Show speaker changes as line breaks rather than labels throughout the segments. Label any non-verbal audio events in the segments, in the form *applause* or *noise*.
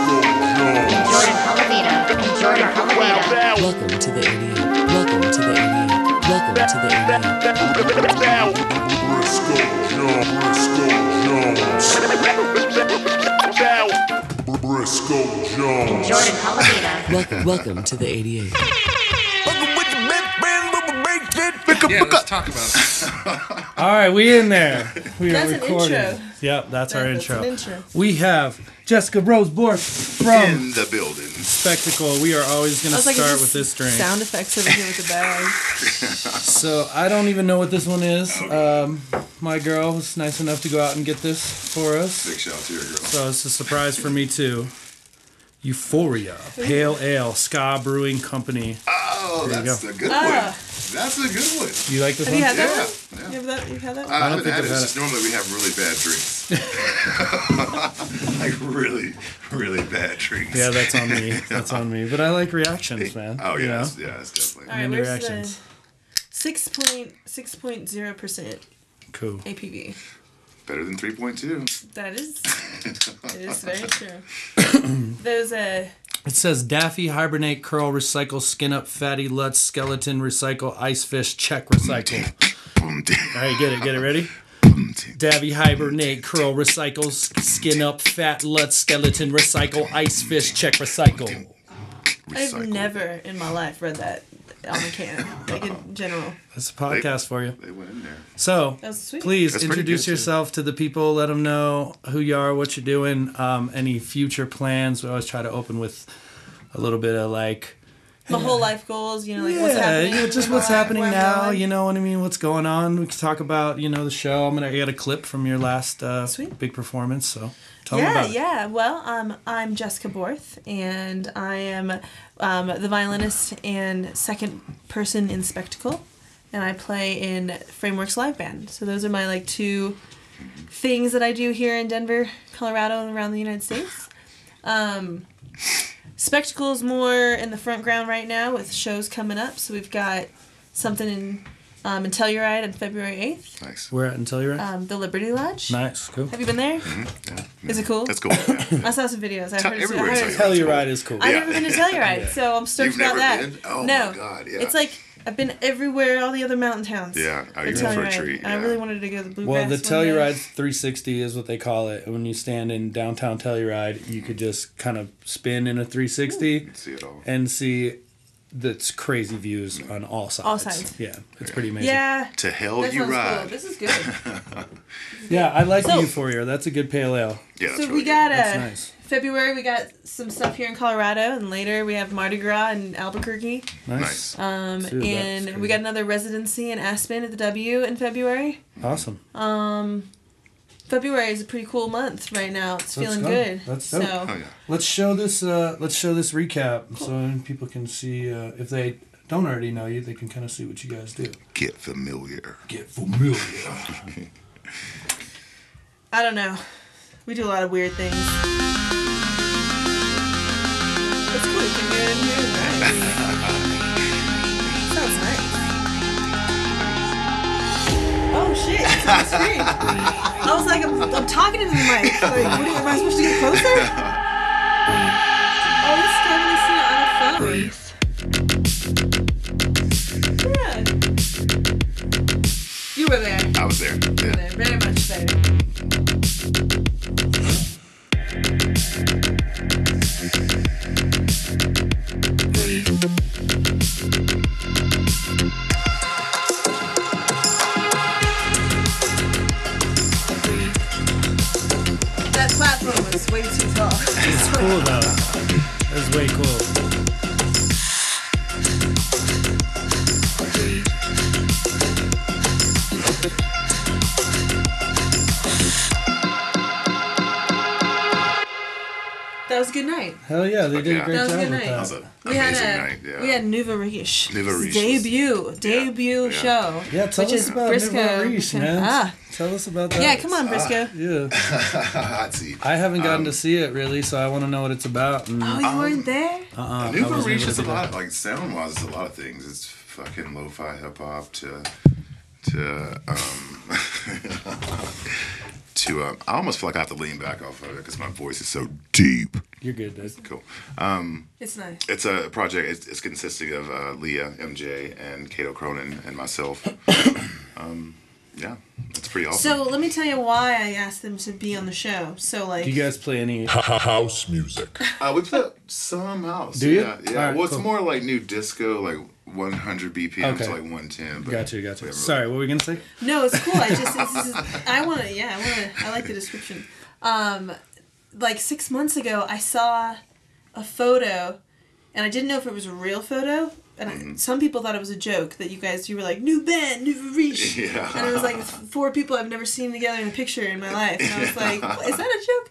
Jordan Palavina and Jordan Palavina.
Welcome to the 88. Welcome to the 88. Welcome to the 88.
Briscoe Jones.
Jordan Palavina.
Wel- welcome to the 88.
Yeah, let's talk about it.
All right, we in there. We
That's
are
an
recording.
intro.
Yep, that's our
That's
intro.
an intro.
We have Jessica Rose Bork from
in the building.
Spectacle. We are always going
I
to
was like, is
start with this drink.
Sound effects over here with the *laughs* bag.
So I don't even know what this one is. Um, my girl was nice enough to go out and get this for us.
Big shout out to your girl.
So it's a surprise for me too. Euphoria Pale Ale Ska Brewing Company.
Oh,
There you
that's
go.
a good
Ah.
one. That's a good one.
You like this
Have
one?
you had that
Yeah.
one?
yeah.
You have that? You've had that?
I,
don't
haven't
think
had it.
I've had
It's just Normally we have really bad drinks. *laughs* like really, really bad drinks.
yeah, that's on
*laughs*
me. That's on me. But I like reactions, man.
Oh
You
yeah,
know?
that's, yeah, that's definitely.
All right,
And
where's
reactions.
the six point six point zero percent
Cool.
APV?
Better than 3.2.
That is, it is very
*coughs*
true. Those uh,
It says Daffy, hibernate, curl, recycle, skin up, fatty, lutz, skeleton, recycle, ice fish, check, recycle.
Boom,
All right, get it, get it, ready? Daffy, hibernate, curl, recycle, s- skin up, fat, lutz, skeleton, recycle, ice fish, check, recycle.
I've never in my life read that on the can, like in general.
That's a podcast for you.
They went in there.
So,
That was sweet.
please
That's pretty
introduce
good, too.
yourself to the people. Let them know who you are, what you're doing, um, any future plans. We always try to open with a little bit of like,
My whole life goals, you know, like what's
yeah,
happening.
you know,
in
just
my
what's
life,
happening
where I'm
now.
going.
You know what I mean? What's going on? We can talk about you know the show. I'm gonna I got a clip from your last uh,
Sweet.
big performance. So tell me
Yeah,
about it.
yeah. Well, um, I'm Jessica Borth, and I am um, the violinist and second person in Spectacle, and I play in Frameworks Live Band. So those are my like two things that I do here in Denver, Colorado, and around the United States. Um, Spectacle's more in the front ground right now with shows coming up. So we've got something in um, in Telluride on February eighth,
Nice.
We're at in Telluride.
um, the Liberty Lodge.
nice, cool.
Have you been there? Is it cool?
That's cool.
*laughs*
Yeah.
I saw some videos. I've
Tell-
heard it's-
everywhere
I've
it's
heard it's-
like-
Telluride is cool.
I've never been to Telluride, so I'm stoked
You've
about
never been?
that.
Oh my
no,
God, yeah.
It's like I've been everywhere, all the other mountain towns.
Yeah, oh,
but
you're in for a
Telluride.
treat,
And I
yeah.
really wanted to go to the Blue
Well, the
Grass one day.
Telluride 360 is what they call it. When you stand in downtown Telluride, you could just kind of spin in a 360
See it all.
and see that's crazy views on all sides.
All sides.
Yeah, it's pretty amazing.
Yeah.
To hell
That
you
sounds
ride.
cool. This
*laughs*
is good.
Yeah, I like the
So-
Euphoria. That's a good pale ale.
Yeah, that's
so
really
we got
That's
uh,
nice.
February. We got some stuff here in Colorado, and later we have Mardi Gras in Albuquerque.
good.
Nice.
nice.
Um,
Dude, that's
and we
crazy.
got another residency in Aspen at the W in February.
Awesome.
February is a pretty cool month right now. It's feeling
go.
good.
Let's
so
go.
oh yeah.
Let's show this. Uh, let's show this recap so people can see uh, if they don't already know you, they can kind of see what you guys do.
Get familiar.
Get familiar.
I don't know. We do a lot of weird things. It's cool. You can hear it in here, right? *laughs* Sounds nice. Oh shit! It's on the screen. I was like, I'm, I'm talking into the mic. Like, what do you- am I supposed to get closer? Oh, this is Kevin and Sue on a phone. Yeah. You were there
I was there. Yeah.
there, very much there. That platform was way too tall.
It's cool though. That's way cool.
That was a good night.
Hell yeah, they did
Yeah.
a great
That was a
job
good
with
night.
that.
That was an
We had,
amazing
a,
night. Yeah.
we
*laughs*
had Nuva Rish.
Nuva Riches.
Debut, debut
Yeah.
show.
Yeah, tell
which
us
is
about
Briscoe.
River Reach, man.
Ah.
Tell us about that.
Yeah, come on, Briscoe.
Yeah,
hot seat.
I haven't
Um,
gotten to see it really, so I want to know what it's about. And
Oh, you weren't there?
uh,
New for Reach is a lot like sound wise it's a lot of things. It's fucking lo fi hip hop to to um to *laughs* to. Uh, I almost feel like I have to lean back off of it because my voice is so deep.
You're good, dude.
Cool.
It's nice.
It's a project. It's, it's consisting of uh, Leah, MJ, and Kato Cronin and myself. *coughs* um, yeah, that's pretty awesome.
So let me tell you why I asked them to be on the show. So like,
Do you guys
*laughs*
play any?
House music.
uh, we put some house.
Do you?
Yeah. yeah.
Alright,
well, it's
cool.
more like new disco, like 100 BPM
Okay.
to like 110. But
Gotcha, gotcha.
we haven't
Sorry, what were we gonna say?
no, it's cool. I just, it's, it's- *laughs* I want to, yeah, I want to. I like the description. Um, like six months ago, I saw a photo, and I didn't know if it was a real photo. And
Mm-hmm.
I, some people thought it was a joke that you guys, you were like, new band, new
*laughs*
reach.
Yeah.
And it was like four people I've never seen together in a picture in my life. And
*laughs*
I was like, "What- is that a joke?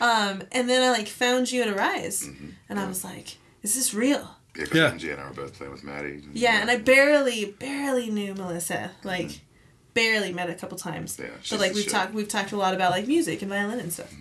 Um, and then I like found you at a rise,
Mm-hmm.
and I was like, is this real?
Yeah, 'cause
Yeah.
MJ and I were both playing with Maddie. uh,
Yeah, and I barely, barely knew Melissa. Like, barely met a couple times.
Mm-hmm. Yeah, she's
but like
the
we've
shit. Mm-hmm.
talked, we've talked a lot about like music and violin and stuff.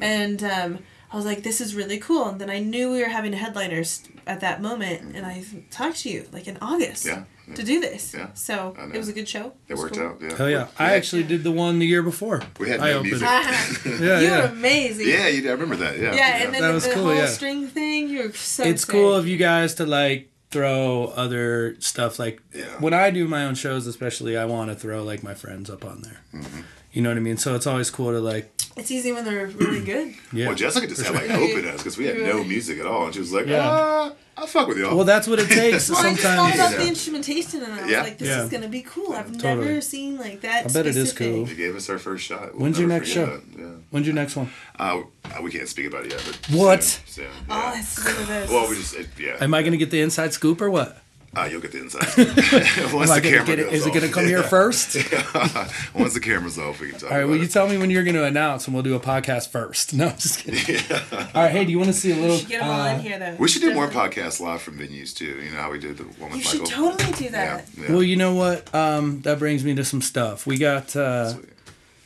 And um, I was like, this is really cool. And then I knew we were having headliners at that moment, and I talked to you like in August.
Mm-hmm. Yeah, yeah.
To do this.
Yeah,
So
I know.
it was a good show.
It worked
cool.
out. Yeah.
Hell yeah! I actually did the one the year before.
We had
I
no
opened
music.
it. Yeah,
*laughs* you were
yeah.
amazing.
Yeah, you, I remember that. Yeah.
Uh-huh. Yeah, and then
That was
the
cool,
whole
yeah.
string thing, you were so
it's
excited.
cool of you guys to like throw other stuff like
Yeah.
when i do my own shows especially i want to throw like my friends up on there
Mm-hmm.
you know what i mean so it's always cool to like
It's easy when they're really good.
yeah
Well, Jessica just
*laughs*
had like open us because we had no music at all, and she was like,
Yeah.
"Uh, I fuck with y'all."
Well, that's what it
*laughs*
takes
Well, I just thought
sometimes
about
Yeah.
the instrumentation, and I was
Yeah.
like, "This
Yeah.
is gonna be cool. I've
Totally.
never seen like that."
I bet it is
specific.
cool.
She gave us our first shot. We'll
When's your
never
next
forget
show?
that, Yeah.
when's your next one
Uh, we can't speak about it yet. But
What?
Soon, soon,
Oh,
yeah.
that's one of those.
Well, we just it, yeah.
am i gonna get the inside scoop or what
uh, you'll get the inside. *laughs* Once
*laughs* am
the
i gonna
camera
get it
goes
is it
off.
gonna come here
*laughs*
first
Once the camera's off, we can talk.
all right
about
will you
it.
tell me when you're gonna announce and we'll do a podcast first *laughs* no I'm just kidding all right hey do you want to see a
*laughs*
You
little
should get them all
Uh,
in here, though.
we should do more
Definitely.
podcasts live from venues too. You know how we did the one with
You
Michael.
should totally do
yeah,
that.
yeah.
Well, you know what? Um, that brings me to some stuff. We got uh,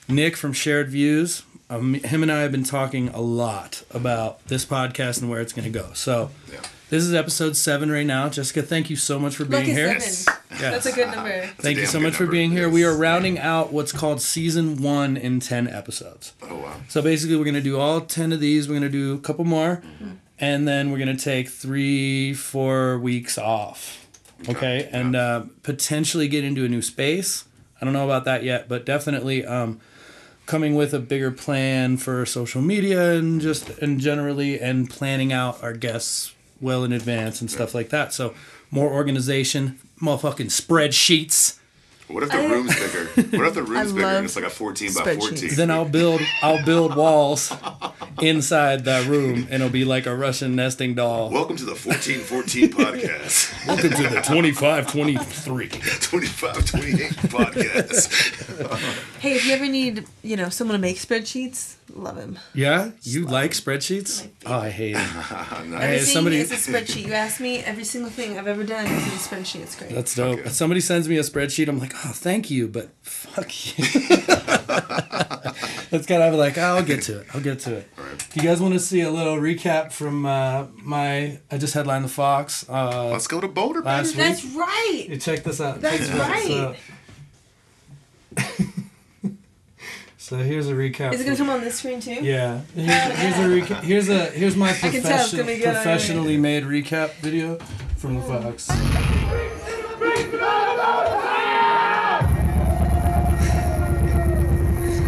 Nick from Shared Views. Um, him and I have been talking a lot about this podcast and where it's going to go. So,
Yeah.
this is episode seven right now. Jessica, thank you so much for being
Lucky
here.
seven.
Yes.
That's a good number.
Thank you
damn
so
good
much for
number.
being here.
Yes.
We are rounding out what's called season one in 10 episodes.
Oh wow.
So basically, we're gonna do all ten of these. We're gonna do a couple more, and then we're gonna take three, four weeks off. Okay, and uh, potentially get into a new space. I don't know about that yet, but definitely um, coming with a bigger plan for social media and just and generally and planning out our guests well in advance and stuff like that. So more organization, motherfucking spreadsheets.
What if the room's bigger? What if
*laughs*
the room's bigger and it's like a fourteen by fourteen?
Then I'll build I'll build walls inside that room and it'll be like a Russian nesting doll.
Welcome to the fourteen
*laughs*
fourteen podcast. *laughs*
Welcome to the 2523.
25, 28 podcast.
*laughs*
Hey, if you ever need, you know, someone to make spreadsheets, love him.
Yeah? You like spreadsheets? Oh, I hate it. Hey,
Everything
somebody-
is a spreadsheet. You ask me, every single thing I've ever done is in a spreadsheet. It's great.
That's dope.
Okay.
Somebody sends me a spreadsheet. I'm like, oh, thank you, but fuck you. *laughs* That's kind of like, I'll get to it. I'll get to it. Do you guys want to see a little recap from uh, my? I just headlined the Fox uh,
Let's go to Boulder,
last
baby.
week.
That's right.
You check this out.
That's
Check this out.
right.
So, so here's a recap.
Is it gonna come on this screen too?
yeah. Here's, here's a reca- here's a here's my
can tell it's
profession-
gonna be good.
professionally made recap video from the Fox.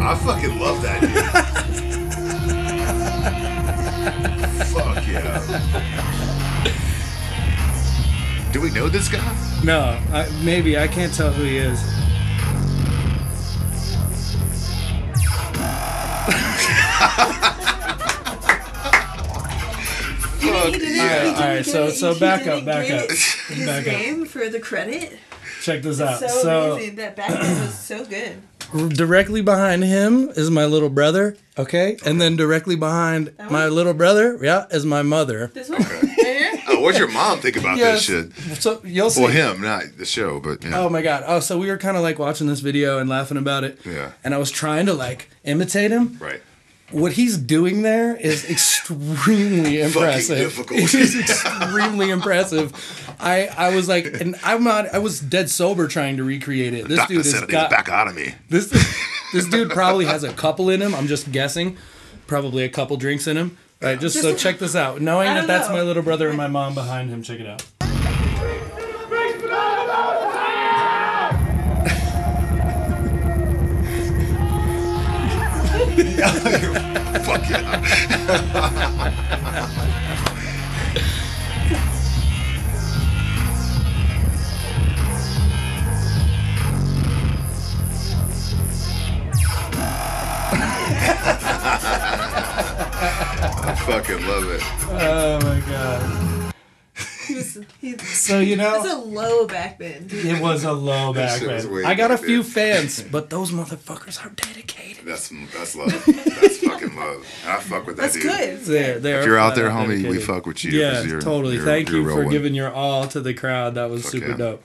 I fucking love that dude. Fuck yeah. Do we know this guy?
No, I, maybe I can't tell who he is.
You mean he didn't- he didn't
All right,
get
so-
it-
so
he
back
didn't
up, back
get
up,
His
back up.
name for the credit.
Check this out.
So,
So,
amazing. That back end was so good.
directly behind him is my little brother. Okay, and then directly behind my little brother, yeah, is my mother.
This one? Right here?
Oh, what'd your mom think about
Yes.
this shit?
So you'll see.
Well, him, not the show, but yeah.
Oh my god. Oh, so we were kind of like watching this video and laughing about it.
Yeah.
And I was trying to like imitate him.
right.
What he's doing there
*laughs*
is extremely impressive.
difficult.
It is extremely impressive. I I was like, and I'm not. I was dead sober trying to recreate it. This
Doctor
dude
said
is
I need
got
a back out of me.
this. This dude probably has a couple in him. I'm just guessing. Probably a couple drinks in him. Right, just so check this out. Knowing
I
that
don't
that's
know.
my little brother and my
*laughs*
mom behind him, check it out.
Fuck yeah. I fucking love it.
Oh my god.
He was, he, it
So you know
was a low back then. dude.
It was a low back
shit was
then.
way
I got a
back
few
then.
fans, but those motherfuckers are dedicated.
That's that's love. That's fucking love. And I fuck with that
That's
dude. *laughs*
good.
They're, they're
If you're out
flat
there,
out
homie, we
dedicated.
fuck with you. 'cause
Yeah,
you're-
totally.
you're-
Thank
you're
you
a real
for
one.
giving your all to the crowd. That was super
yeah.
dope.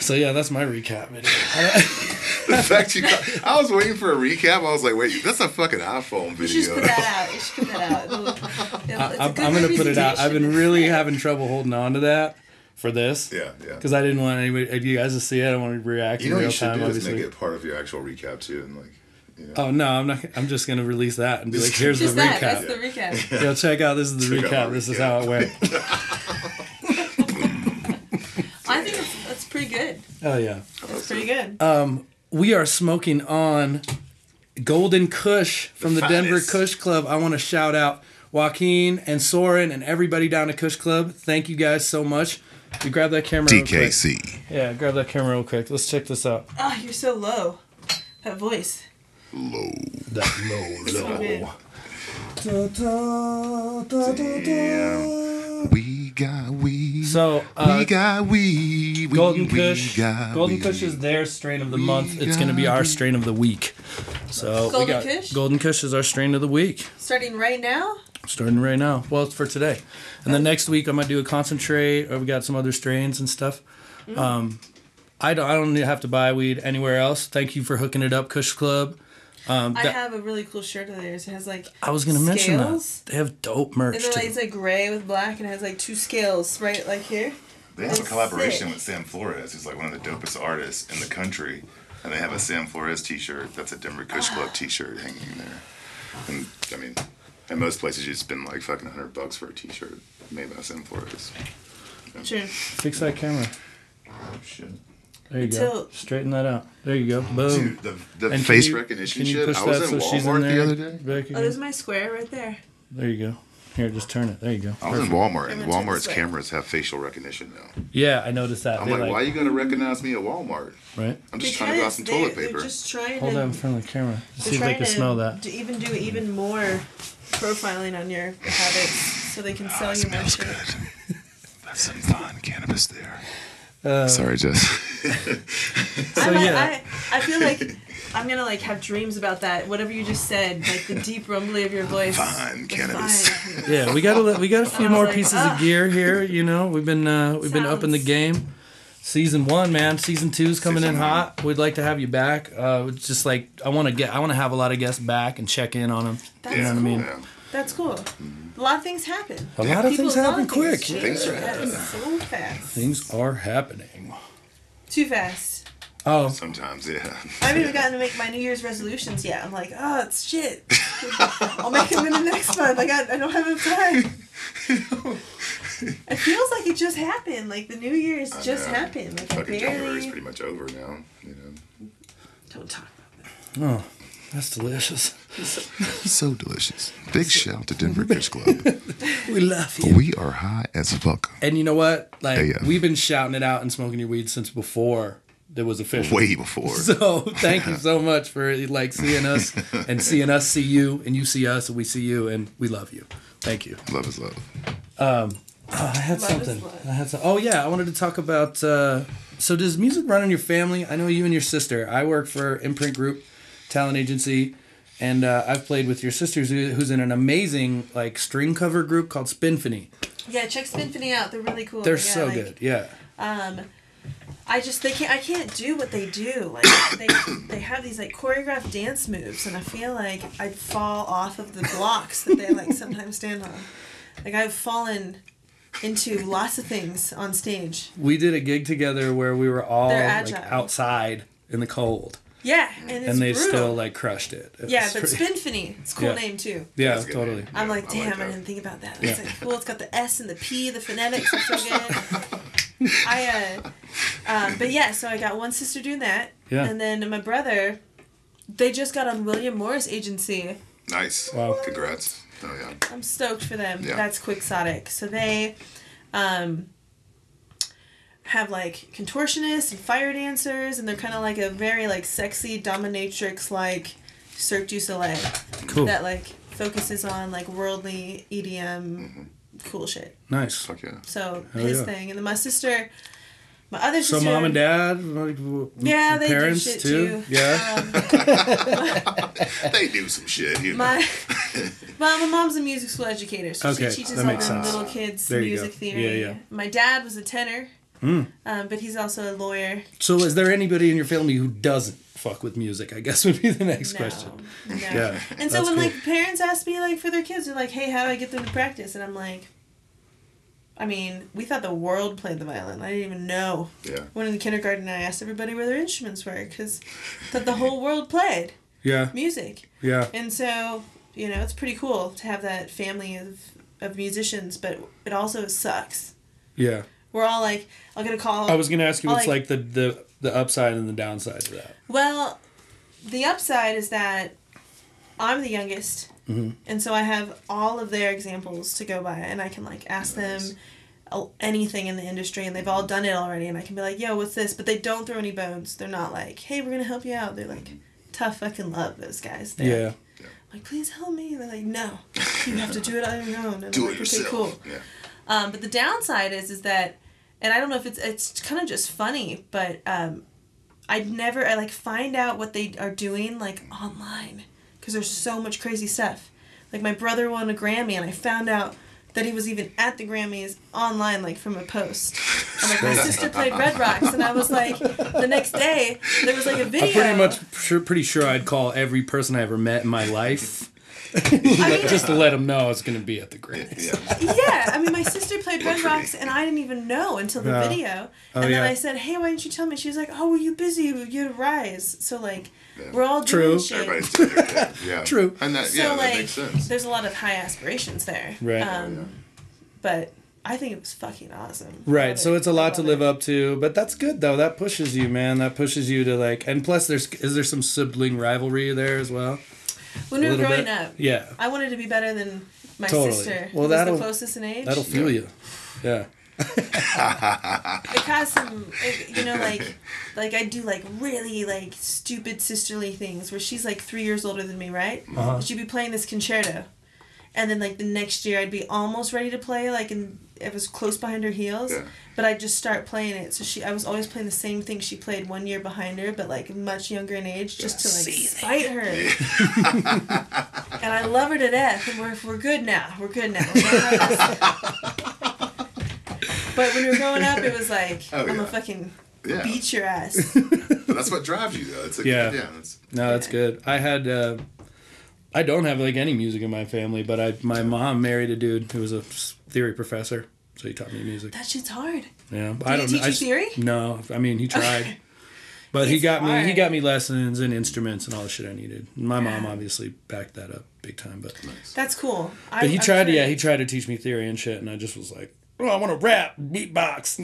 So yeah, that's my
*laughs*
recap video.
In fact, you got- I was waiting for a recap. I was like, wait, that's a fucking iPhone
You should just
video.
put that out. You should put that out. It'll- it'll- it's a
I'm,
good
I'm gonna put it out. I've been
representation.
really having trouble holding on to that for this.
*laughs* Yeah, yeah.
Because I didn't want anybody, you guys to see it. I want to react
you
in
know what
real
you should
time.
do is
Obviously.
make it part of your actual recap too, and like, you know,
Oh no, I'm not. I'm just gonna release that and be like, here's the
Just
recap.
that. That's the recap.
Yo, check out. This is the
Check out
recap.
my
This is
recap.
how it went.
*laughs*
I think it's, that's pretty good.
oh yeah.
That's pretty good.
Uh, we are smoking on Golden Kush from the,
The
Denver
finest.
Kush Club. I want to shout out Joaquin and Soren and everybody down at Kush Club. Thank you guys so much. You grab that camera. real quick.
DKC
Yeah, grab that camera real quick. Let's check this out.
Ah, you're so low. That voice.
low.
That low,
So good.
Damn. We got weed.
So uh,
we got weed. We,
Golden
we
Kush,
got
Golden
weed.
Kush is their strain of the month. It's
got
going to be our strain of the week. So
Golden
we got
Kush?
Golden Kush is our strain of the week.
Starting right now.
starting right now. Well, it's for today, and then next week I'm gonna do a concentrate. Or we got some other strains and stuff. Um,
Mm-hmm.
I don't. I don't need to have to buy weed anywhere else. Thank you for hooking it up, Kush Club.
I
that-
have a really cool shirt of theirs. It has like
I was gonna mention
Scales?
that they have dope merch
and then like, it's
too.
like gray with black and it has like two scales right like here.
They have a
That's
collaboration
sick.
with Sam Flores, who's like one of the dopest artists in the country. And they have a Sam Flores T-shirt. That's a Denver Kush
Ah.
Club T-shirt hanging there. And I mean, in most places you spend like fucking hundred bucks for a T-shirt made by Sam Flores.
Sure.
Fix that camera.
Oh, shit.
There you go.
Tilt.
Straighten that out. There you go. Boom.
Dude, the, the
And can
face
you-
recognition
can you
shit.
push
I was
that
in
so
Walmart
she's in
the
there?
other day.
Back
Oh, there's
again.
my square right there.
There you go. Here, just turn it. There you go.
I was in
Perfect.
Walmart, and
I'm gonna turn
Walmart's
this way.
cameras have facial recognition now.
Yeah, I noticed that.
I'm
They
like, why
like,
are you gonna recognize me at Walmart?
right?
I'm just trying to buy some
they-
toilet
They're
paper.
just trying
Hold
to
that in front of the camera.
they're
See if they
trying
can
to
smell that.
d- even do even more profiling on your habits so they
Ah,
can sell you more shit.
*laughs* That's some fine cannabis there. Sorry, Jess.
I, might-
yeah.
I, I feel like
*laughs*
I'm gonna like have dreams about that. Whatever you just said, like the deep rumbling of your voice.
Fine
the
cannabis. *laughs*
fine-
Yeah, we got a li- we got a few
I was
more
like,
pieces of
"Ugh."
gear here. You know, we've been uh, we've been up in the
Sounds-
game. Season one, man. Season two's coming in
Season one.
hot. We'd like to have you back. Uh, it's just like I want to get I want to have a lot of guests back and check in on them.
That's
yeah,
cool.
mean?
yeah.
That's cool. A lot of things happen.
A lot of
People
things happen
love these
quick.
shit.
Things are
That is so fast.
Things are happening.
Too fast.
Oh,
Sometimes, yeah.
I haven't even gotten to make my New Year's resolutions yet. I'm like, oh, it's shit. I'll make them in the next month. I got. I don't have enough time. It feels like it just happened. Like the New Year's just
know.
happened. Like I
Fucking January's
barely.
pretty much over now. You know,
Don't talk.
oh, that's delicious.
so delicious. Big shout to Denver *laughs* Kush Club.
We love you.
we are high as fuck.
And you know what? Like
Hey, yeah.
we've been shouting it out and smoking your weed since before there was official.
Way before.
*laughs* So thank you so much for like seeing *laughs* us and seeing us see you and you see us and we see you and we love you. Thank you.
love is love.
I had
Love is
something.
love.
I had some, Oh yeah, I wanted to talk about. Uh, so does music run in your family? I know you and your sister. I work for Imprint Group, talent agency, and uh, I've played with your sisters, who- who's in an amazing like string cover group called Spinfini.
Yeah, check Spinfini out. They're really cool.
They're
Oh, Yeah,
so
like,
good. Yeah.
Um, I just they can't I can't do what they do. Like they they have these like choreographed dance moves, and I feel like I'd fall off of the blocks that they like sometimes stand on. Like I've fallen into lots of things on stage.
We did a gig together where we were all
They're
like
agile.
outside in the cold.
Yeah, and it's
and they
brutal.
still like crushed it. It
yeah,
was
but
pretty-
Spinfini, it's a cool
Yeah.
name too.
*laughs* Yeah,
That's good.
totally.
I'm like,
I like
damn, I
that.
didn't think about that. It's like, cool. It's got the S and the P, the phonetics.
*laughs*
It's so good. I, uh, um, but yeah, so I got one sister doing that,
Yeah.
and then my brother, they just got on William Morris Agency.
Nice.
Wow.
Congrats. Oh yeah.
I'm stoked for them.
Yeah.
That's Quixotic. So they, um, have like contortionists and fire dancers, and they're kind of like a very like sexy dominatrix like Cirque du Soleil.
Cool.
that like focuses on like worldly EDM cool shit.
Nice.
Fuck *laughs* yeah.
So
Hell
his
yeah.
thing, and then my sister, my other
So
sister.
mom and dad, like, w-
Yeah, they do
parents
shit, too. Uh,
Yeah.
They do some shit. You know. *laughs*
My, well, my mom's a music school educator, so
Okay,
she teaches
that
all
makes
the
sense.
little kids
There you go.
music theory.
Yeah, Hmm. yeah.
My dad was a tenor, um, but he's also a lawyer.
So is there anybody in your family who doesn't fuck with music? I guess *laughs* would be the next
No,
question.
no.
Yeah.
And so
that's
when
cool.
like parents ask me like for their kids, they're like, "Hey, how do I get them to practice?" And I'm like, "I mean, we thought the world played the violin. I didn't even know."
Yeah.
When in kindergarten, I asked everybody where their instruments were because thought the whole world played
Yeah.
music,
Yeah.
and so you know it's pretty cool to have that family of of musicians, but it also sucks.
Yeah.
We're all like, "I'll get a call."
I was gonna ask you
I'll,
what's like the the the upside and the downside to that.
Well, the upside is that I'm the youngest,
Mm-hmm.
and so I have all of their examples to go by, and I can like ask them them anything in the industry, and they've all done it already, and I can be like, "Yo, what's this?" But they don't throw any bones. They're not like, "Hey, we're gonna help you out." They're like, "Tough fucking love those guys." They're
Yeah.
Like, like, please help me. And they're like, no, you have to do it on your own. And
Do
I'm
it
like, okay,
yourself.
cool.
Yeah.
Um, but the downside is is that, and I don't know if it's it's kind of just funny, but um, I never I like find out what they are doing like online because there's so much crazy stuff. Like my brother won a Grammy, and I found out that he was even at the Grammys online, like from a post. And like my sister played Red Rocks, and I was like, the next day there was like a video.
I'm pretty much sure, pretty sure I'd call every person I ever met in my life
I mean,
just to let them know I was gonna be at the Grammys.
Yeah.
*laughs* yeah, I mean, my sister played Red
for me.
Rocks, and I didn't even know until the
Yeah.
video.
Oh,
and then
yeah.
I said, "Hey, why didn't you tell me?" She was like, "Oh, were you busy? You had a rise." So like, we're all
True.
doing shit.
Everybody's doing their thing. Yeah.
True.
And that
so
yeah,
like,
that makes sense.
there's a lot of high aspirations there.
Right. Oh,
Um, But I think it was fucking awesome.
Right, so it's a lot to live up to, but that's good though. That pushes you, man. That pushes you to like, and plus, there's is there some sibling rivalry there as well?
When we were
little
growing
bit.
up,
Yeah,
I wanted to be better than my
Totally.
sister.
Well,
who was
that'll-
the closest in age.
that'll fuel you. Yeah,
it caused some it, you know like like i do like really like stupid sisterly things where she's like three years older than me right uh she'd be playing this concerto and then like the next year i'd be almost ready to play like and it was close behind her heels
Yeah.
but i'd just start playing it so she i was always playing the same thing she played one year behind her but like much younger in age just to like spite her *laughs* and i love her to death and we're, we're good now we're good now We're gonna have this- but when we were growing up, it was like,
Oh,
I'm
yeah.
gonna fucking
Yeah.
beat your ass.
But that's what drives you though. It's like
Yeah.
yeah. it's,
no, that's
Yeah.
good. I had, uh, I don't have like any music in my family, but I my mom married a dude who was a theory professor, so he taught me music.
that shit's hard.
Yeah, I
he
don't
teach
I
you
s-
theory?
No, I mean he tried, but he
It's
got me. He
hard.
got me lessons and instruments and all the shit I needed. My mom obviously backed that up big time, but
That's cool. I,
but he
I'm
tried.
sure-
Yeah, he tried to teach me theory and shit, and I just was like, oh, I want to rap, beatbox.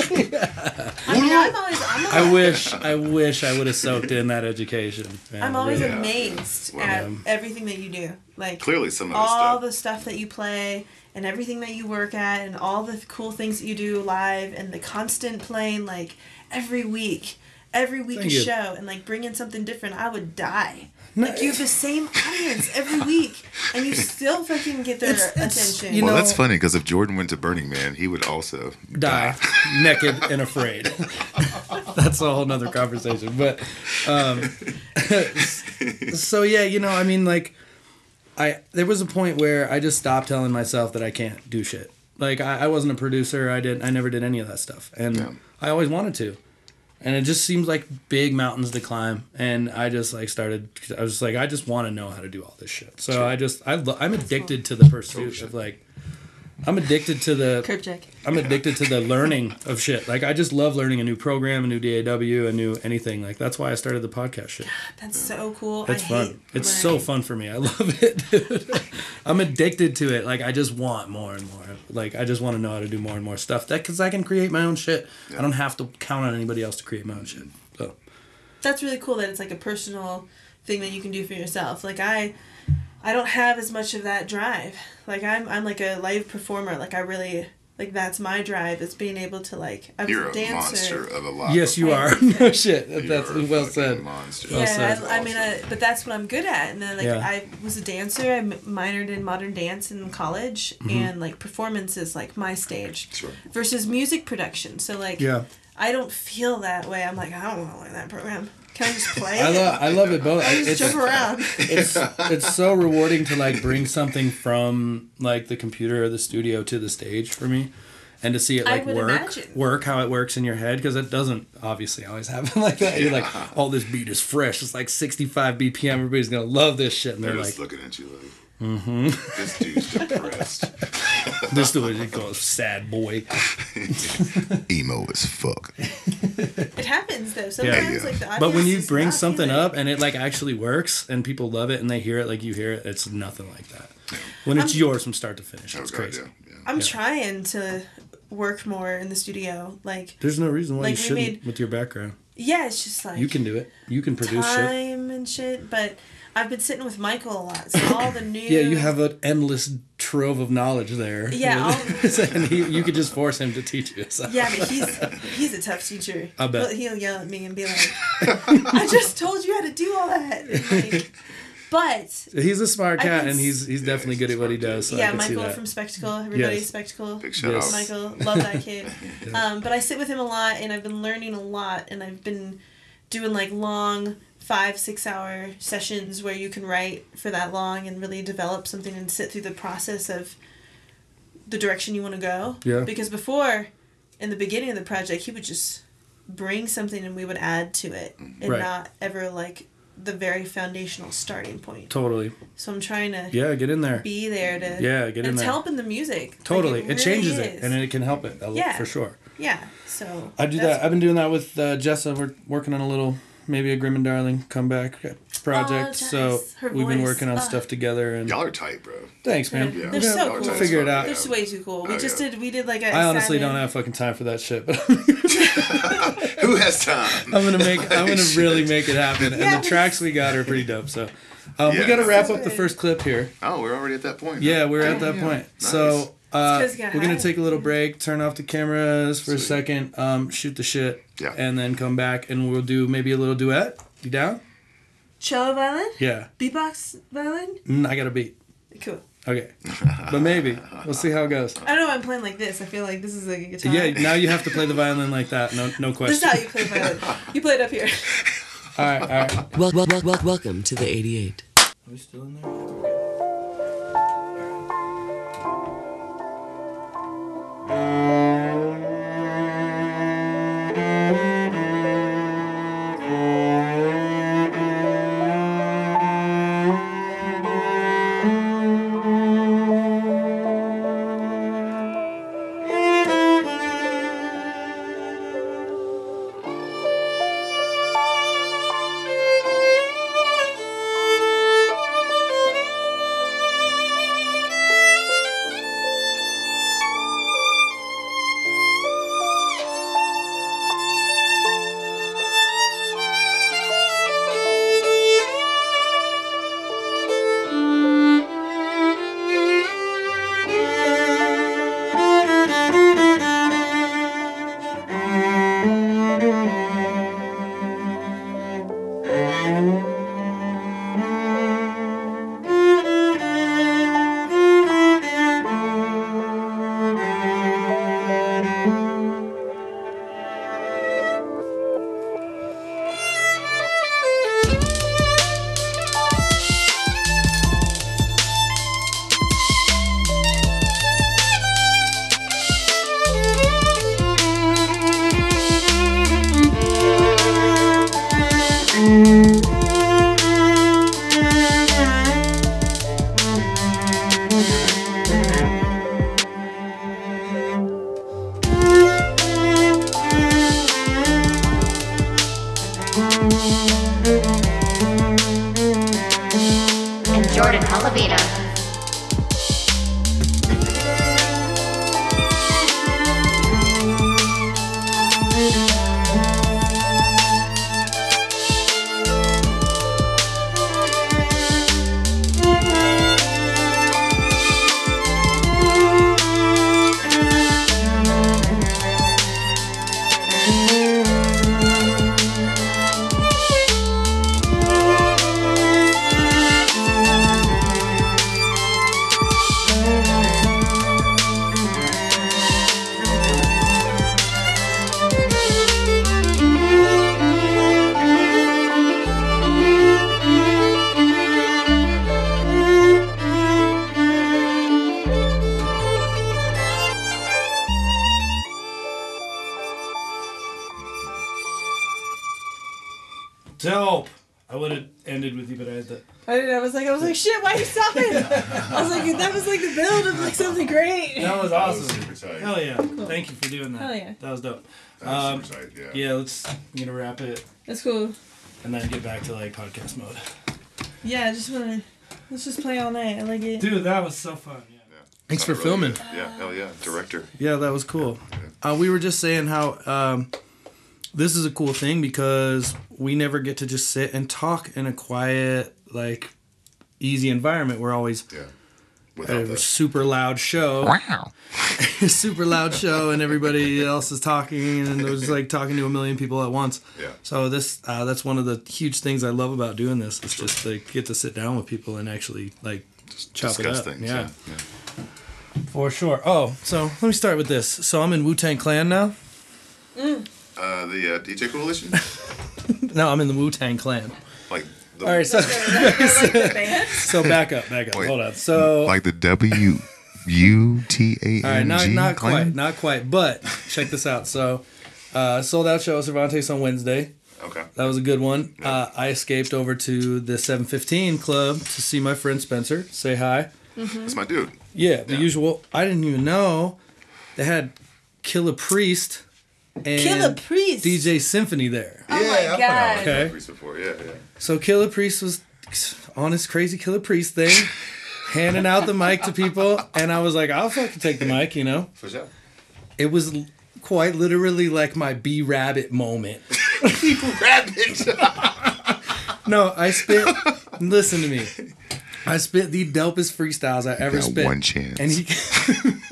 I mean, I'm always, I'm always,
I wish, *laughs* I wish I would have soaked in that education. man,
I'm always
really.
amazed
Well,
at everything that you do. Like
clearly some of this
all
stuff.
the stuff that you play and everything that you work at and all the cool things that you do live and the constant playing like every week every week
Thank
a
you.
show and like bringing something different i would die like you have the same audience every week and you still fucking get their
It's- it's-
attention
you
well,
know-
that's funny because if Jordan went to Burning Man, he would also
*laughs* die naked and afraid. *laughs* That's a whole nother conversation. But um, *laughs* so yeah, you know, I mean, like, I there was a point where I just stopped telling myself that I can't do shit. Like I, I wasn't a producer. I didn't. I never did any of that stuff, and I always wanted to. And it just seemed like big mountains to climb, and I just like started. I was just like, I just want to know how to do all this shit. So I just I lo- I'm addicted to the pursuit of like I'm addicted to the
Curb check.
I'm addicted to the learning of shit. Like I just love learning a new program, a new DAW, a new anything. Like that's why I started the podcast shit.
That's so cool.
That's
I Hate
fun. It's so
learning.
fun for me. I *laughs* love it, dude. I'm addicted to it. Like I just want more and more. Like I just want to know how to do more and more stuff. That because I can create my own shit. I don't have to count on anybody else to create my own shit. So
That's really cool that it's like a personal thing that you can do for yourself. Like I, I don't have as much of that drive. Like I'm, I'm like a live performer. Like I really, like that's my drive is being able to like. I was
You're
a
a
dancer.
monster of a lot.
yes, you are. *laughs* no shit. That-
You're
That's
a
well
fucking
said.
Monster.
Well
Yeah,
said.
I, I mean, I, but that's what I'm good at. And then, like,
Yeah.
I was a dancer. I m- minored in modern dance in college,
Mm-hmm.
and like performance is like my stage
Sure.
versus music production. So like,
Yeah.
I don't feel that way. I'm like, I don't want to learn that program. Can
*laughs*
I just play?
I
it?
love I love it both.
I just
It's-
jump around.
it's it's so rewarding to like bring something from like the computer or the studio to the stage for me and to see it
I
like
would
work
imagine.
work how it works in your head because it doesn't obviously always happen *laughs* like that you're like oh this beat is fresh it's like 65 bpm everybody's gonna love this shit and they're
They're
like Mm-hmm.
just looking at you like, *laughs* this dude's depressed.
this is what you call a sad boy
Emo as
*laughs*
fuck.
It happens though. Sometimes like the audience.
but when you
is
bring
not
something
feeling it.
up and it like actually works and people love it and they hear it like you hear it it's nothing like that when
Um,
it's yours from start to finish
Oh,
it's
God,
crazy
yeah, yeah.
I'm trying to work more in the studio. Like,
there's no reason why
Like,
you
we
shouldn't
made-
with your background
yeah, it's just like
you can do it you can produce shit
time and shit. But I've been sitting with Michael a lot, so all the
*coughs*
new.
Yeah, you have an endless trove of knowledge there. *laughs*
Yeah,
and he, you could just force him to teach you. So.
Yeah, but he's he's a tough teacher.
I bet.
He'll, he'll yell at me and be
*laughs*
like, "I just told you how to do all that."
*laughs*
And, like, but
He's a smart
I
cat,
can
and
s-
he's he's definitely
he's
good
a
at what he
smart
does. So I
yeah,
can see
Michael
that.
from Spectacle, everybody's
Yes.
Spectacle.
Big shout
Yes.
out.
Michael, love that
*laughs*
kid. um, but I sit with him a lot, and I've been learning a lot, and I've been doing like long five six hour sessions where you can write for that long and really develop something and sit through the process of the direction you want to go.
Yeah.
Because before, in the beginning of the project, he would just bring something and we would add to it, and
Right.
not ever like the very foundational starting point.
Totally.
So I'm trying to
Yeah, get in there.
be there to
Yeah, get in
and it's
there.
helping the music Like,
Totally. it
really
changes it,
is.
and it can help it a lot,
Yeah.
for sure.
yeah so
I do
that's-
that. I've been doing that with uh, Jessa. We're working on a little, maybe a Grim and Darling comeback project.
Oh,
so
Jess, her
we've been
voice.
working on
Ugh.
stuff together. And
Y'all are tight, bro.
thanks, man.
They're
Yeah,
so
we'll
cool.
figure it out.
they're just way too cool we
Oh,
just
yeah.
did we did like a
I honestly don't
assignment.
have fucking time for that shit, but *laughs*
Who has time?
I'm gonna make. I'm
*laughs*
gonna
Shit.
really make it happen. And
Yeah,
the
but-
tracks we got are pretty dope. So um, we
Yeah.
gotta wrap up the first clip here.
Oh, we're already at that point.
Yeah,
huh?
we're at that point.
Nice.
So uh,
'cause you got
we're gonna
high.
take a little break, turn off the cameras for a
Sweet.
second, um, shoot the shit,
Yeah.
and then come back and we'll do maybe a little duet. You down?
cello violin
Yeah.
beatbox violin
Mm, I got a beat.
cool
*laughs*
Okay, but maybe we'll see how it goes.
I don't know why I'm playing like this I feel like this is like a guitar
Yeah, now you have to play the violin like that. No, no
this is
question.
how you play violin you play it up here
All right, all right.
Wel- wel- wel- wel- welcome to the 88.
Are we still in there?
Thank
Calavita.
Dope. I would have ended with you, but I had the.
I, didn't, I was like, I was like, shit, why are you stopping? I was like, that was like the build of like something great.
That was
That was
awesome.
super tight.
Hell yeah! Thank you for doing that.
Hell yeah.
That was dope.
That was
Um,
super tight, yeah.
Yeah, let's. I'm gonna wrap it
That's cool.
and then get back to like podcast mode.
Yeah, I just wanna let's just play all night. I like
*laughs*
it.
Dude, that was so fun. Yeah.
Thanks for
Really
filming.
good. Yeah, hell yeah. Director.
Yeah, that was cool. Uh, we were just saying how um, this is a cool thing because we never get to just sit and talk in a quiet, like, easy environment. We're always
Yeah. Without
a
the
super loud show. Wow. *laughs* super loud show, and everybody else is talking, and it was like talking to a million people at once.
Yeah.
So this uh, that's one of the huge things I love about doing this. It's just like get to sit down with people and actually like chop
discuss
it up.
things.
yeah.
Yeah. yeah.
For sure. Oh, so let me start with this. So I'm in Wu Tang Clan now.
Uh, the uh, DJ
*laughs*
Coalition?
No, I'm in the Wu Tang Clan.
like the
All right, so
The band?
so back up, back up.
Wait.
Hold on. So all
like the W U T A
right,
N
not
G.
not
clan?
quite, not quite. But check this out. So uh, sold out show at Cervantes on Wednesday.
Okay.
That was a good one. Uh, I escaped over to the 715 club to see my friend Spencer. Say hi.
That's my dude.
Yeah, the usual. I didn't even know they had Killer Priest and
Kill a priest.
DJ Symphony there.
Oh my
yeah,
god.
Okay.
Grease Before. Yeah, yeah.
So Killer Priest was on his crazy Killer Priest thing, handing out the mic to people, and I was like, I'll fucking take the mic, you know.
For sure.
It was l- quite literally like my B Rabbit moment. No, I spit. listen to me. I spit the dopest freestyles I ever
got
spit.
one chance.
And he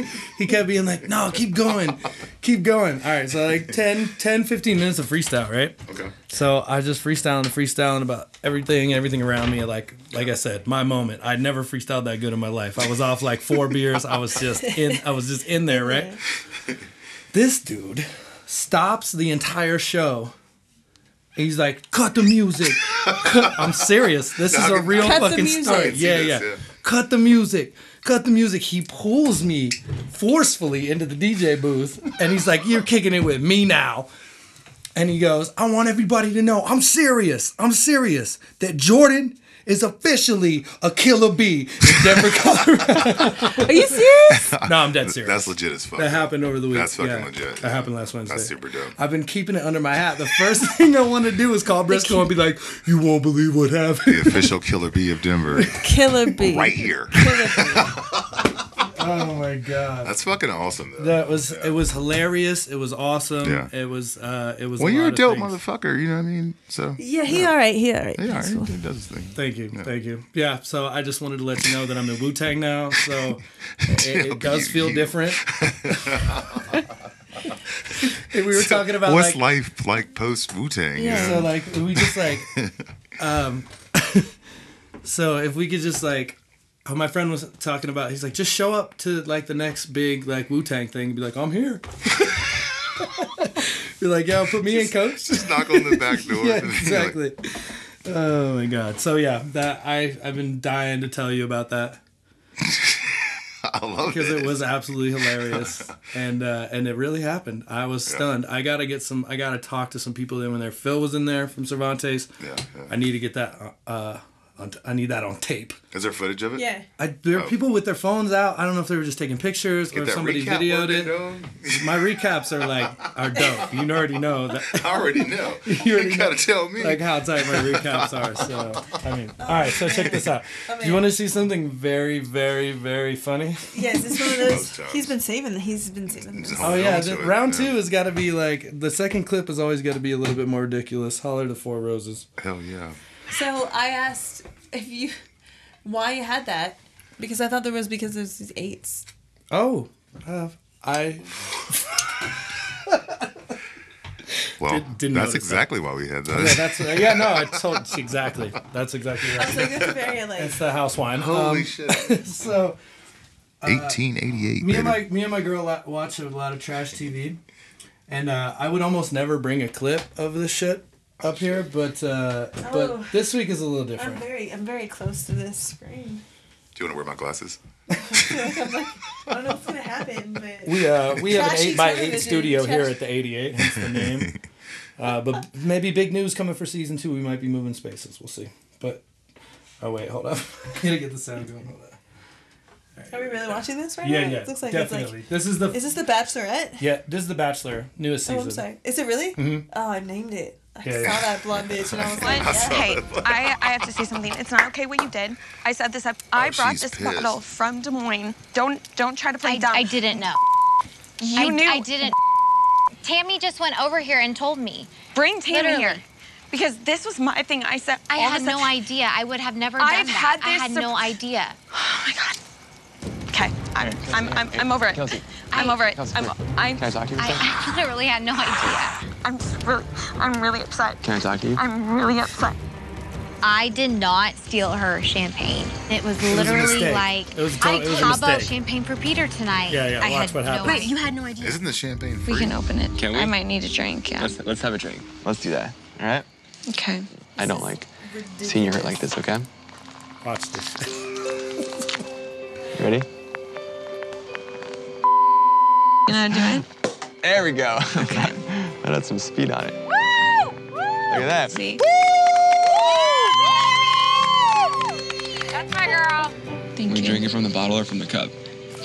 *laughs* he kept being like, "No, keep going. Keep going." All right, so like 10 10 15 minutes of freestyle, right?
Okay.
So I just freestyling and freestyling about everything, everything around me. Like, like I said, my moment. I never freestyled that good in my life. I was off like four beers. I was just in. I was just in there, right? This dude stops the entire show. He's like, "Cut the music." I'm serious. This is a real
Cut the
fucking
music.
story.
I'd
see
Yeah,
this,
yeah.
yeah.
Cut the music. Cut the music. He pulls me forcefully into the DJ booth, and he's like, "You're kicking it with me now." and he goes, I want everybody to know I'm serious. I'm serious that Jordan is officially a killer bee in Denver,
*laughs*
Colorado.
Are
*laughs*
you serious?
no, I'm dead serious.
That's legit as fuck.
that happened over the week.
That's fucking
Yeah,
legit.
That happened last Wednesday.
That's super dope.
I've been keeping it under my hat. The first *laughs* thing I want to do is call Briscoe and be like, "You won't believe what happened."
The official killer bee of Denver,
Killer bee.
right here.
*laughs* Oh my god.
That's fucking awesome, though.
That was it. Was hilarious. It was awesome.
Yeah.
It was. Uh, it was.
well, you're
lot
a
of
dope
things.
motherfucker. You know what I mean? So
Yeah, he alright, he alright.
yeah, all right, he does his thing.
Thank you, thank you. Yeah, so I just wanted to let you know that I'm in Wu Tang
*laughs*
now, so it, it does feel
you. *laughs*
different. *laughs* And we were talking about
What's
like,
life like post Wu Tang?
Yeah.
so like we just like, um, *laughs* so if we could just like, how my friend was talking about, he's like, just show up to like the next big like Wu Tang thing, and be like, I'm here. *laughs* be like, yo, put me in,
*laughs*
coach. *laughs*
Just knock on the back door. *laughs*
yeah,
and be like,
exactly. Oh my god. So yeah, that I I've been dying to tell you about that
I love
because
it.
it was
*laughs*
absolutely hilarious and uh, and it really happened. I was stunned. I gotta get some. I gotta talk to some people in when there. Phil was in there from Cervantes.
Yeah, yeah.
I need to get that uh, on t- I need that on tape.
Is there footage of it?
Yeah.
I, there are people with their phones out. I don't know if they were just taking pictures
Oh. Get
or if
that
somebody
recap
videoed
working
it.
going.
My recaps are like are dope. You already know that,
*laughs* I already know.
*laughs* You
you
already
gotta tell me.
like how tight my recaps are. So I mean, all right. So check this out. Do you
man.
want to see something very, very, very funny?
Yes, it's one of those.
Most times.
He's been saving. He's been saving. This.
Oh yeah,
Don't
the,
do it,
round
yeah.
two has got to be like the second clip is always got to be a little bit more ridiculous. Holler to four roses.
Hell yeah.
So I asked if you why you had that because I thought there was because there's these eights.
Oh, uh, I
Well,
Did- didn't
that's
notice that.
exactly why we had
yeah,
that.
that's uh, yeah no, I told *laughs* exactly. That's exactly right.
So that's very like
It's the house wine.
Holy
Um, *laughs*
shit.
so
1888.
me
baby.
and my me and my girl la- watch a lot of trash TV, and uh, I would almost never bring a clip of this shit up here, but uh,
Oh.
but this week is a little
I'm
different.
very I'm very close to this screen.
Do you want to wear my glasses?
I don't know what's gonna happen, but
We uh we have an
Trashy
eight by eight
television,
studio here
trash-
at the eighty eight. Hence the name. Uh, but maybe big news coming for season two. We might be moving spaces. We'll see. But oh wait, hold *laughs* up. Gotta get the sound going. Hold up.
are we really watching this right
Yeah,
now?
yeah,
It looks like it's
definitely.
like
this is the
is this The Bachelorette?
yeah. This is the Bachelor newest
Oh,
season.
I'm sorry. Is it really? Oh, I named it. I
Mm-hmm. Yeah,
saw
yeah.
that blonde bitch and I
*laughs*
was like,
What? Hey, I, I have to say something. It's not okay what you did. I set this up. I
Oh,
brought
she's
this
pissed.
bottle from Des Moines. Don't don't try to play
I,
dumb.
I didn't know.
you
I,
knew.
I didn't. Tammy just went over here and told me.
Bring Tammy
Literally.
here, because this was my thing. I said.
I
all
had
this
no
up-
idea. I would have never done
I've
that.
had
I
this
had
sur-
no idea.
Oh my god. Okay, I'm I'm, I'm, I'm over it.
Kelsey.
I'm
I-
over it.
Kelsey,
I'm I'm
Can I talk to you for a second?
I, I *laughs* literally had no idea.
I'm just really I'm really upset.
Can I talk to you?
I'm really upset.
I did not steal her champagne. It was literally
mistake.
like
It was to-
I
it was a
how about
mistake.
champagne for Peter tonight.
Yeah, yeah,
I
watch
had
what
no
happens. Wait,
idea.
had no idea.
Isn't the champagne free?
We can open it.
Can we?
I might need a drink. Yeah.
Let's, let's have a drink. Let's do that. All right?
Okay.
I don't like seeing you hurt like this, okay?
Watch this.
You ready?
You know how to do
There we go. *laughs* Okay. that had some speed on it. Look at that.
it? See. That's my girl. Thank
We
you.
drink it from the bottle or from the cup?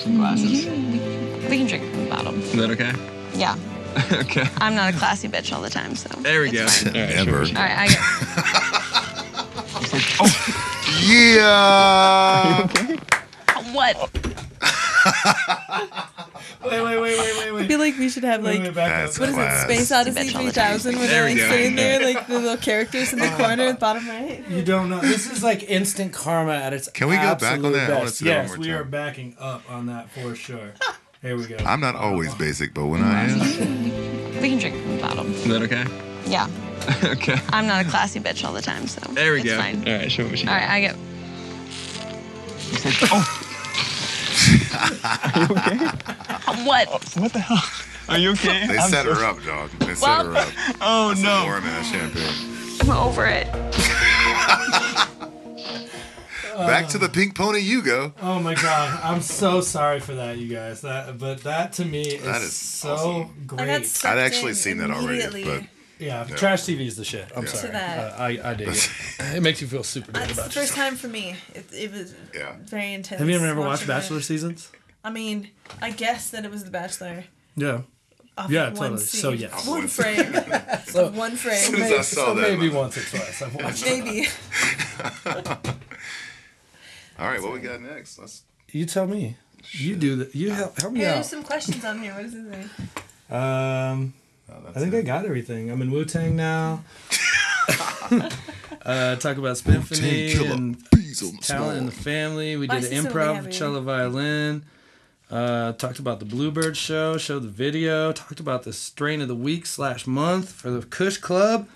From glasses.
We can drink from the bottle.
Is that okay?
Yeah.
okay.
I'm not a classy bitch all the time, so.
There we go. All right, sure.
Ever.
All right, I get.
*laughs*
Yeah.
What?
Wait, wait, wait, wait, wait,
I
wait.
feel like we should have like
wait back
That's
up.
what is it,
class.
Space Odyssey
Bitch all the
3000 when
There
they're
we
like
go.
sitting there, like
*laughs*
the little characters in the corner at the bottom right?
You don't know. This is like instant karma at its
Can we go back on
absolute
that? I wanna
best.
see that one
Yes,
more
we
time.
are backing up on that for sure. Here we go.
I'm not always basic, but when I am,
We can drink from the bottle.
Is that okay?
Yeah.
*laughs* okay.
I'm not a classy bitch all the time, so.
There we
it's
go.
Fine.
All right, show me what you
All right, I
*laughs*
get. *laughs*
Oh.
What?
What the hell? Are you okay?
they
I'm
set
so-
her up, dog. They set
Well-
her up. *laughs*
Oh,
No.
no.
Warm ass champagne.
I'm over it.
Uh,
Back to the pink pony, you go.
Oh my god, I'm so sorry for that, you guys. That, but that to me is,
That is
so
awesome.
great.
I'd actually seen that already, but
yeah, trash TV is the shit. I'm sorry.
that.
Uh, I I dig *laughs* it. It makes you feel super good
It's the
about
first
yourself.
time for me. It, it was
*laughs* yeah.
very intense.
Have you ever watched
watching
Bachelor
It.
seasons?
I mean, I guess that it was The Bachelor.
Yeah.
Off
Yeah,
of
totally.
One
So,
scene.
yes.
One frame.
*laughs* So-
one
As soon
frame.
as I saw
so
that,
maybe once or twice. I've watched. it. *laughs*
Maybe.
all right, what we got next? Let's.
You tell me. You do that. You help, help me
Hey,
out.
there's some questions on here. What is it?
oh,
Um, I
that's
think
it.
I got everything. I'm in Wu Tang
*laughs*
now. uh, talk about Symphony
killer.
and
Bees on the
Talent in the
spot.
Family. We
My
did
sister would
improv,
have it.
cello, violin. Uh, talked about the Bluebird show, showed the video. Talked about the strain of the week slash month for the Kush Club.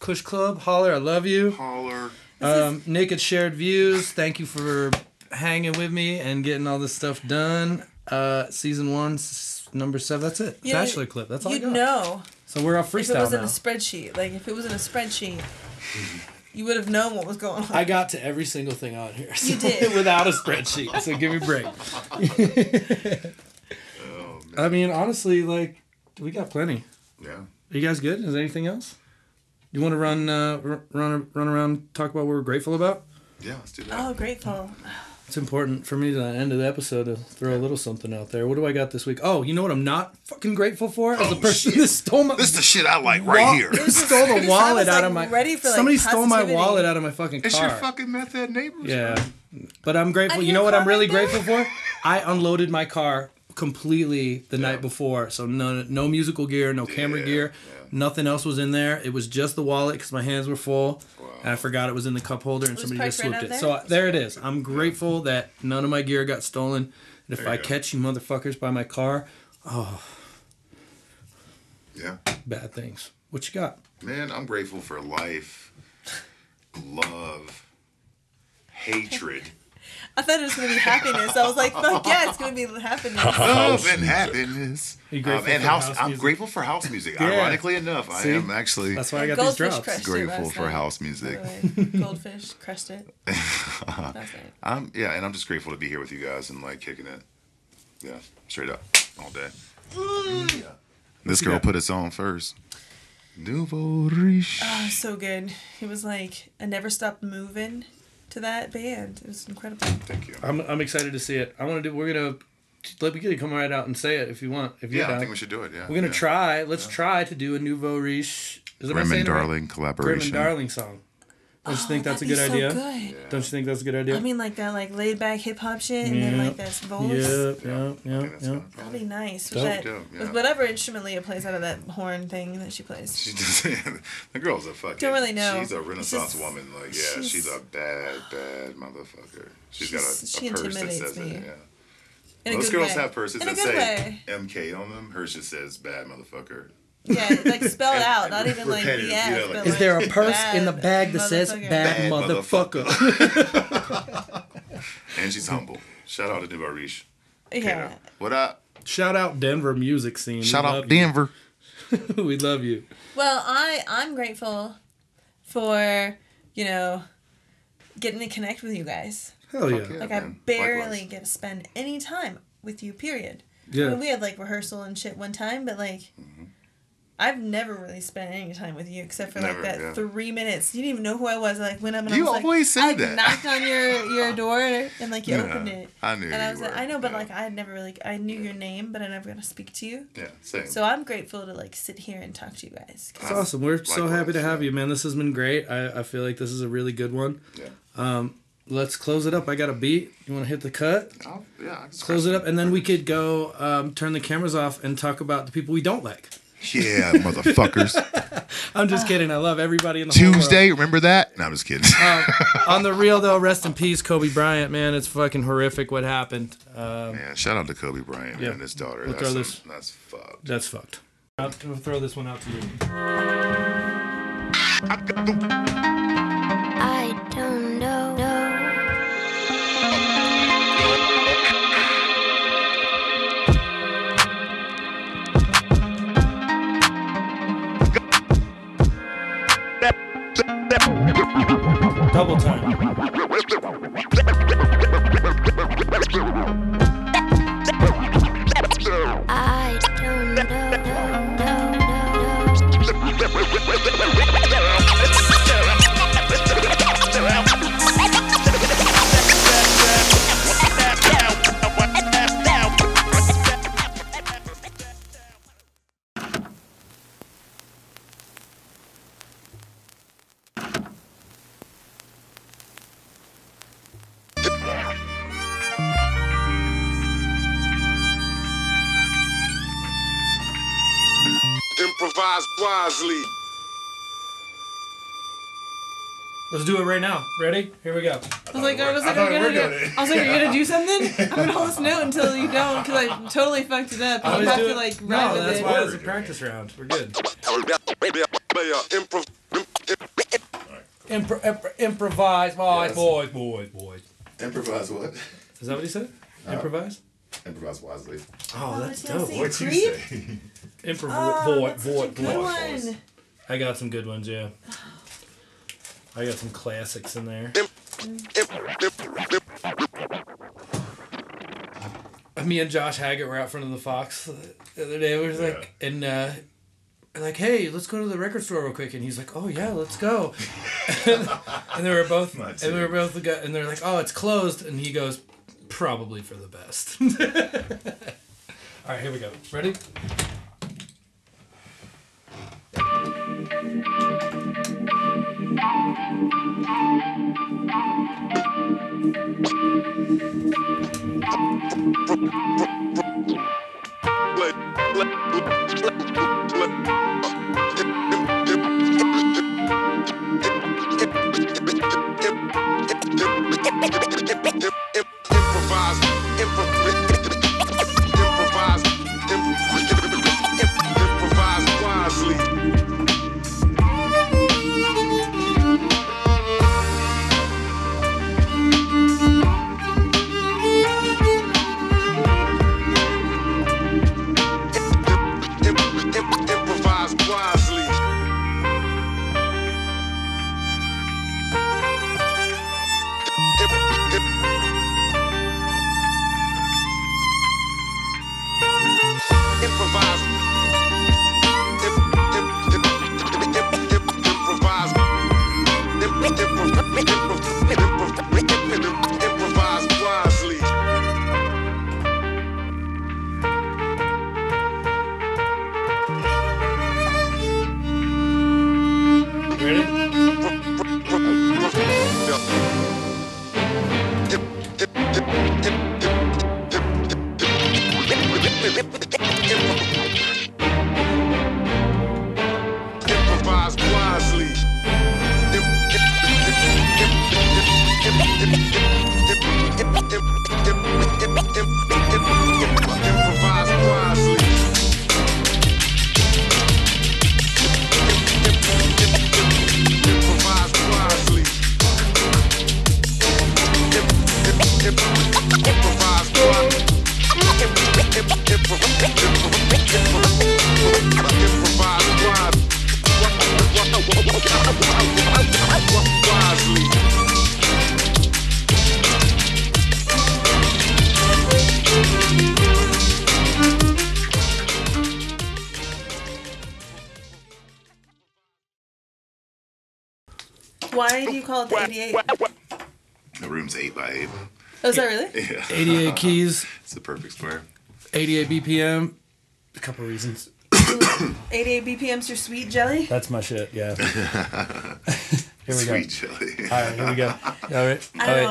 Kush Club, holler, I love you.
Holler.
Um, Nick at Shared Views, thank you for hanging with me and getting all this stuff done. Uh, season one, s- number seven. That's it.
Yeah,
Bachelor clip. That's all I
You'd
got.
know
So we're all
if it
freestyle
was in
now. Mm-hmm.
a spreadsheet. Like, if it was in a spreadsheet, you would have known what was going on.
I
*laughs*
got to every single thing on here. So *laughs*
did.
without a spreadsheet. So give me a break.
*laughs*
I mean, honestly, like we got plenty.
Yeah.
Are you guys good? Is there anything else? You want to run, uh, r- run, run around, talk about what we're grateful about?
Yeah, let's do that.
Oh, grateful.
It's important for me to the end of the episode to throw a little something out there. What do I got this week? Oh, you know what I'm not fucking grateful for? As the person that stole my
Oh, This is the shit I like right
*laughs*
wa-
here.
*laughs*
*laughs*
stole the wallet
was,
out
like,
of my
ready for, like,
somebody stole my
positivity.
wallet out of my fucking car.
It's your fucking meth head neighbors.
yeah, but I'm grateful. You
didn't
know what I'm
come
really
right there.
grateful for? I unloaded my car completely the night before, so no no musical gear, no camera
Yeah,
gear, nothing else was in there. It was just the wallet because my hands were full, and I forgot it was in the cup holder, and
was
somebody just
parked
swooped
right
it.
out
So I-
there?
there it is. I'm grateful that none of my gear got stolen. And if
There you
I
go.
catch you motherfuckers by my car,
Yeah.
bad things. What you got?
Man, I'm grateful for life, love, hatred,
*laughs*
I thought it was gonna be happiness. I was like, fuck yeah, it's gonna be
*laughs*
happiness.
love, and happiness.
you grateful
Um, and
for
house,
house
I'm
music?
grateful for house music.
Yeah.
Ironically enough,
See?
I am actually
That's why I got these
Goldfish
drops.
crushed it
grateful
last
for
night,
house
by
music.
the way. Goldfish crushed it. Last night.
I'm yeah, and I'm just grateful to be here with you guys and like kicking it. Yeah, straight up all day. Yeah. This girl put us on first. Nouveau Riche.
Oh, so good. It was like I never stopped moving to that band. It was incredible.
Thank you.
I'm, I'm excited to see it. I want to do. We're gonna let we can come right out and say it if you want. If you're
Yeah, I
down.
think we should do it. Yeah,
We're gonna
yeah.
try. Let's try to do a nouveau riche. Is that
Grim and Darling
Grim
collaboration.
and Darling song. Don't you think that's a
Oh,
good
That'd be so
idea?
good.
Don't you think that's a good idea?
I mean, like that, like laid back hip hop shit, and then like
Yeah.
that voice.
yep, yep,
I
yep,
think that's
yep.
fine.
That'd be nice. With,
Dope.
that,
Dope, yeah.
with whatever instrument Leah plays out of that horn thing that she plays.
*laughs* She does. *laughs* the girl's a fucking.
Don't really know.
She's a
It's
Renaissance
just-
woman. Like, yeah, she's,
she's-
a bad, bad motherfucker. she's got
She's-
a,
she
a purse that
intimidates
says
me.
it. Yeah.
In a
Most
good
girls
way.
have purses
In a
that
good
say
way.
MK on them. Hers just says bad motherfucker.
Yeah, like spelled
And-
out,
and
not even like
repetitive,
BS.
yeah, like-
but,
Is
like,
there a purse in the
bad
bag that says
motherfucker.
"bad
Bad
motherfucker"?
And she's humble. Shout out to Nouveau Riche.
Yeah.
What up?
*laughs* Shout out Denver music scene.
Shout
we
out
love you.
Denver.
we love you. *laughs*
Well, I I'm grateful for you know getting to connect with you guys.
Hell yeah.
yeah.
Like I
man.
barely
Likewise.
get to spend any time with you. Period.
Yeah.
I mean, we had like rehearsal and shit one time, but like.
Mm-hmm.
I've never really spent any time with you except for
Never,
like that
yeah.
three minutes. You didn't even know who I was. I, like went up and
You
I was
always
like,
say
I
that.
knocked on your
*laughs*
your door and like you
Yeah,
opened it.
I knew
And
you
I was like,
were,
I know, but
yeah.
like I had never really I knew your name, but I never got to speak to you.
Yeah, same.
So I'm grateful to like sit here and talk to you guys.
It's awesome. We're so
Likewise,
happy to have
yeah.
you, man. This has been great. I, I feel like this is a really good one.
yeah.
uh,
Let's close it up. I got a beat. You want to hit the cut?
I'll, yeah. I just
Close it up, and then we could go um, turn the cameras off and talk about the people we don't like.
Yeah, *laughs* motherfuckers.
I'm
Ah.
just kidding. I love everybody in the whole world.
Tuesday, remember that? No, I'm just kidding. *laughs*
On the real though, rest in peace, Kobe Bryant. Man, it's fucking horrific what happened.
yeah, shout out to Kobe Bryant
Yeah.
and his daughter.
We'll
that's
throw
some- that's fucked.
That's fucked. I'll throw this one out to you.
I don't know. know.
Double time.
I don't know. know, know, know.
Improvise wisely.
Let's do it right now. Ready? Here we go.
I was like, I was like,
Oh, thought
I'm
we were
gonna do.
doing it.
I was like, you're gonna
*laughs*
do something. I'm gonna hold this note until you don't, because I totally fucked it up. You have to like ride
no,
with
that's
it.
why it's a practice round. We're good.
Improv.
Impro- impro- improvise, boys, boys, boys, boys.
Improvise what?
Is that what he said? Improvise.
Improvise wisely.
Oh, that's
I was
dope.
gonna say Creep?
Improv.
Oh,
boy,
that's such
boy,
a good
boy.
one.
I got some good ones, yeah. I got some classics in there. Me and Josh Haggett were out front of the Fox the other day. We were like, and uh, like, hey, let's go to the record store real quick, and he's like, oh yeah, let's go. *laughs* and they were both, *laughs*
My
and we were both, the guy- and they're like, oh, it's closed, and he goes, probably for the best. *laughs* All right, here we go. Ready?
Improvise, improvise, improvise wisely. Improvise wisely. Improvise. Improvise. Improvise wisely.
Ready?
Improvise wisely. Improvise wisely. Improvise wisely. Improvise wisely. Improvise wisely.
Why do you call it the 88?
The room's eight by eight.
Oh, is that really?
Yeah,
88 keys,
it's the perfect square.
88 BPM. A couple reasons.
88 BPM's your sweet jelly?
That's my shit. Yeah. *laughs* here we
Sweet chili.
go. All right, here we go. All right. All
I don't
right.
know.